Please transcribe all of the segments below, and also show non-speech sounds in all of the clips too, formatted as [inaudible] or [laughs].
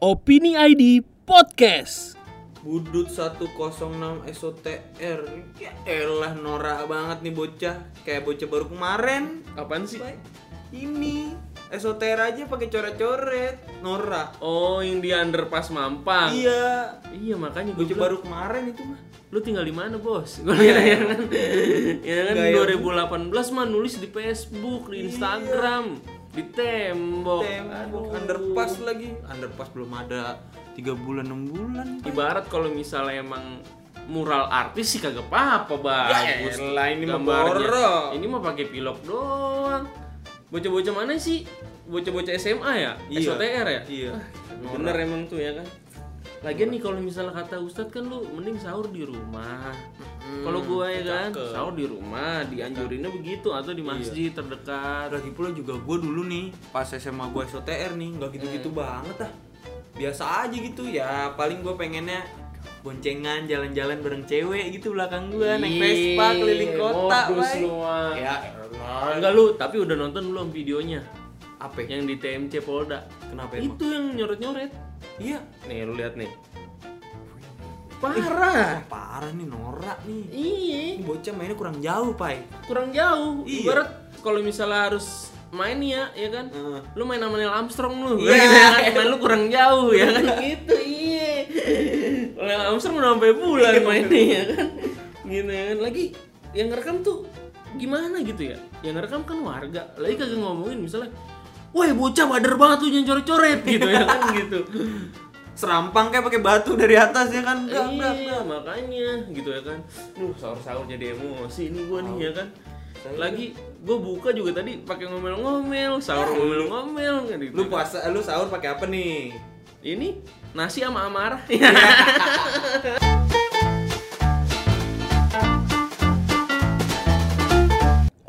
Opini ID Podcast. Budut 106 SOTR Ya elah norak banget nih bocah Kayak bocah baru kemarin Apaan sih? Baik. Ini SOTR aja pakai coret-coret Norak Oh, yang di underpass Mampang. Iya Iya, makanya gue Bocah coba baru kemarin itu mah lu tinggal di mana, [laughs] Bos? Gue kira ya kan. ya kan Gaya. 2018 mah nulis di Facebook, di Instagram, di tembok. Tembok Oh. Aduh. underpass lagi Underpass belum ada 3 bulan 6 bulan Ibarat kalau misalnya emang mural artis sih kagak apa-apa bagus Ya elah, ini mah gambarnya. borok. ini mah pakai pilok doang bocah-bocah mana sih bocah-bocah SMA ya Iya. SOTR ya Iya Bener emang tuh ya kan. Lagian nih kalau misalnya kata Ustadz kan lu mending sahur di rumah. kalau gua ya kan sahur di rumah, dianjurinnya begitu atau Iya. di masjid terdekat. Lagi pula juga gue dulu nih Pas SMA gue SOTR nih nggak gitu-gitu Hmm. banget ah Biasa aja gitu ya Paling gue pengennya boncengan jalan-jalan bareng cewek gitu belakang gue naik Ih, Vespa keliling kota modus Bay. lu, ah. ya Enggak lu, tapi udah nonton belum videonya apa ya? yang di TMC Polda. kenapa emang Itu yang nyoret-nyoret. iya Nih lu lihat nih. Parah. Wah, eh, parah nih norak nih Iya, ini bocah mainnya kurang jauh pai kurang jauh. Iya. Ibarat kalau misalnya harus main nih ya, ya kan? Heeh. lu main sama Neil Armstrong lu Iya. ya kan? main lu kurang jauh ya [laughs] kan gitu iya Kalau Neil Armstrong udah sampai bulan Iya. mainnya ya kan gitu ya kan lagi yang ngerekam tuh gimana gitu ya yang ngerekam kan warga lagi kagak ngomongin misalnya Woi bocah bader banget lu jangan coret-coret gitu ya kan gitu. serampang kayak pakai batu dari atas ya kan enggak enggak iya makanya gitu ya kan. Duh sahur-sahur jadi emosi ini gua nih ya kan. Lagi gua buka juga tadi pakai ngomel-ngomel, sahur ngomel-ngomel kan gitu. lu puasa lu sahur pakai apa nih ini nasi sama amarah Iya.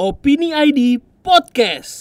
opini ID podcast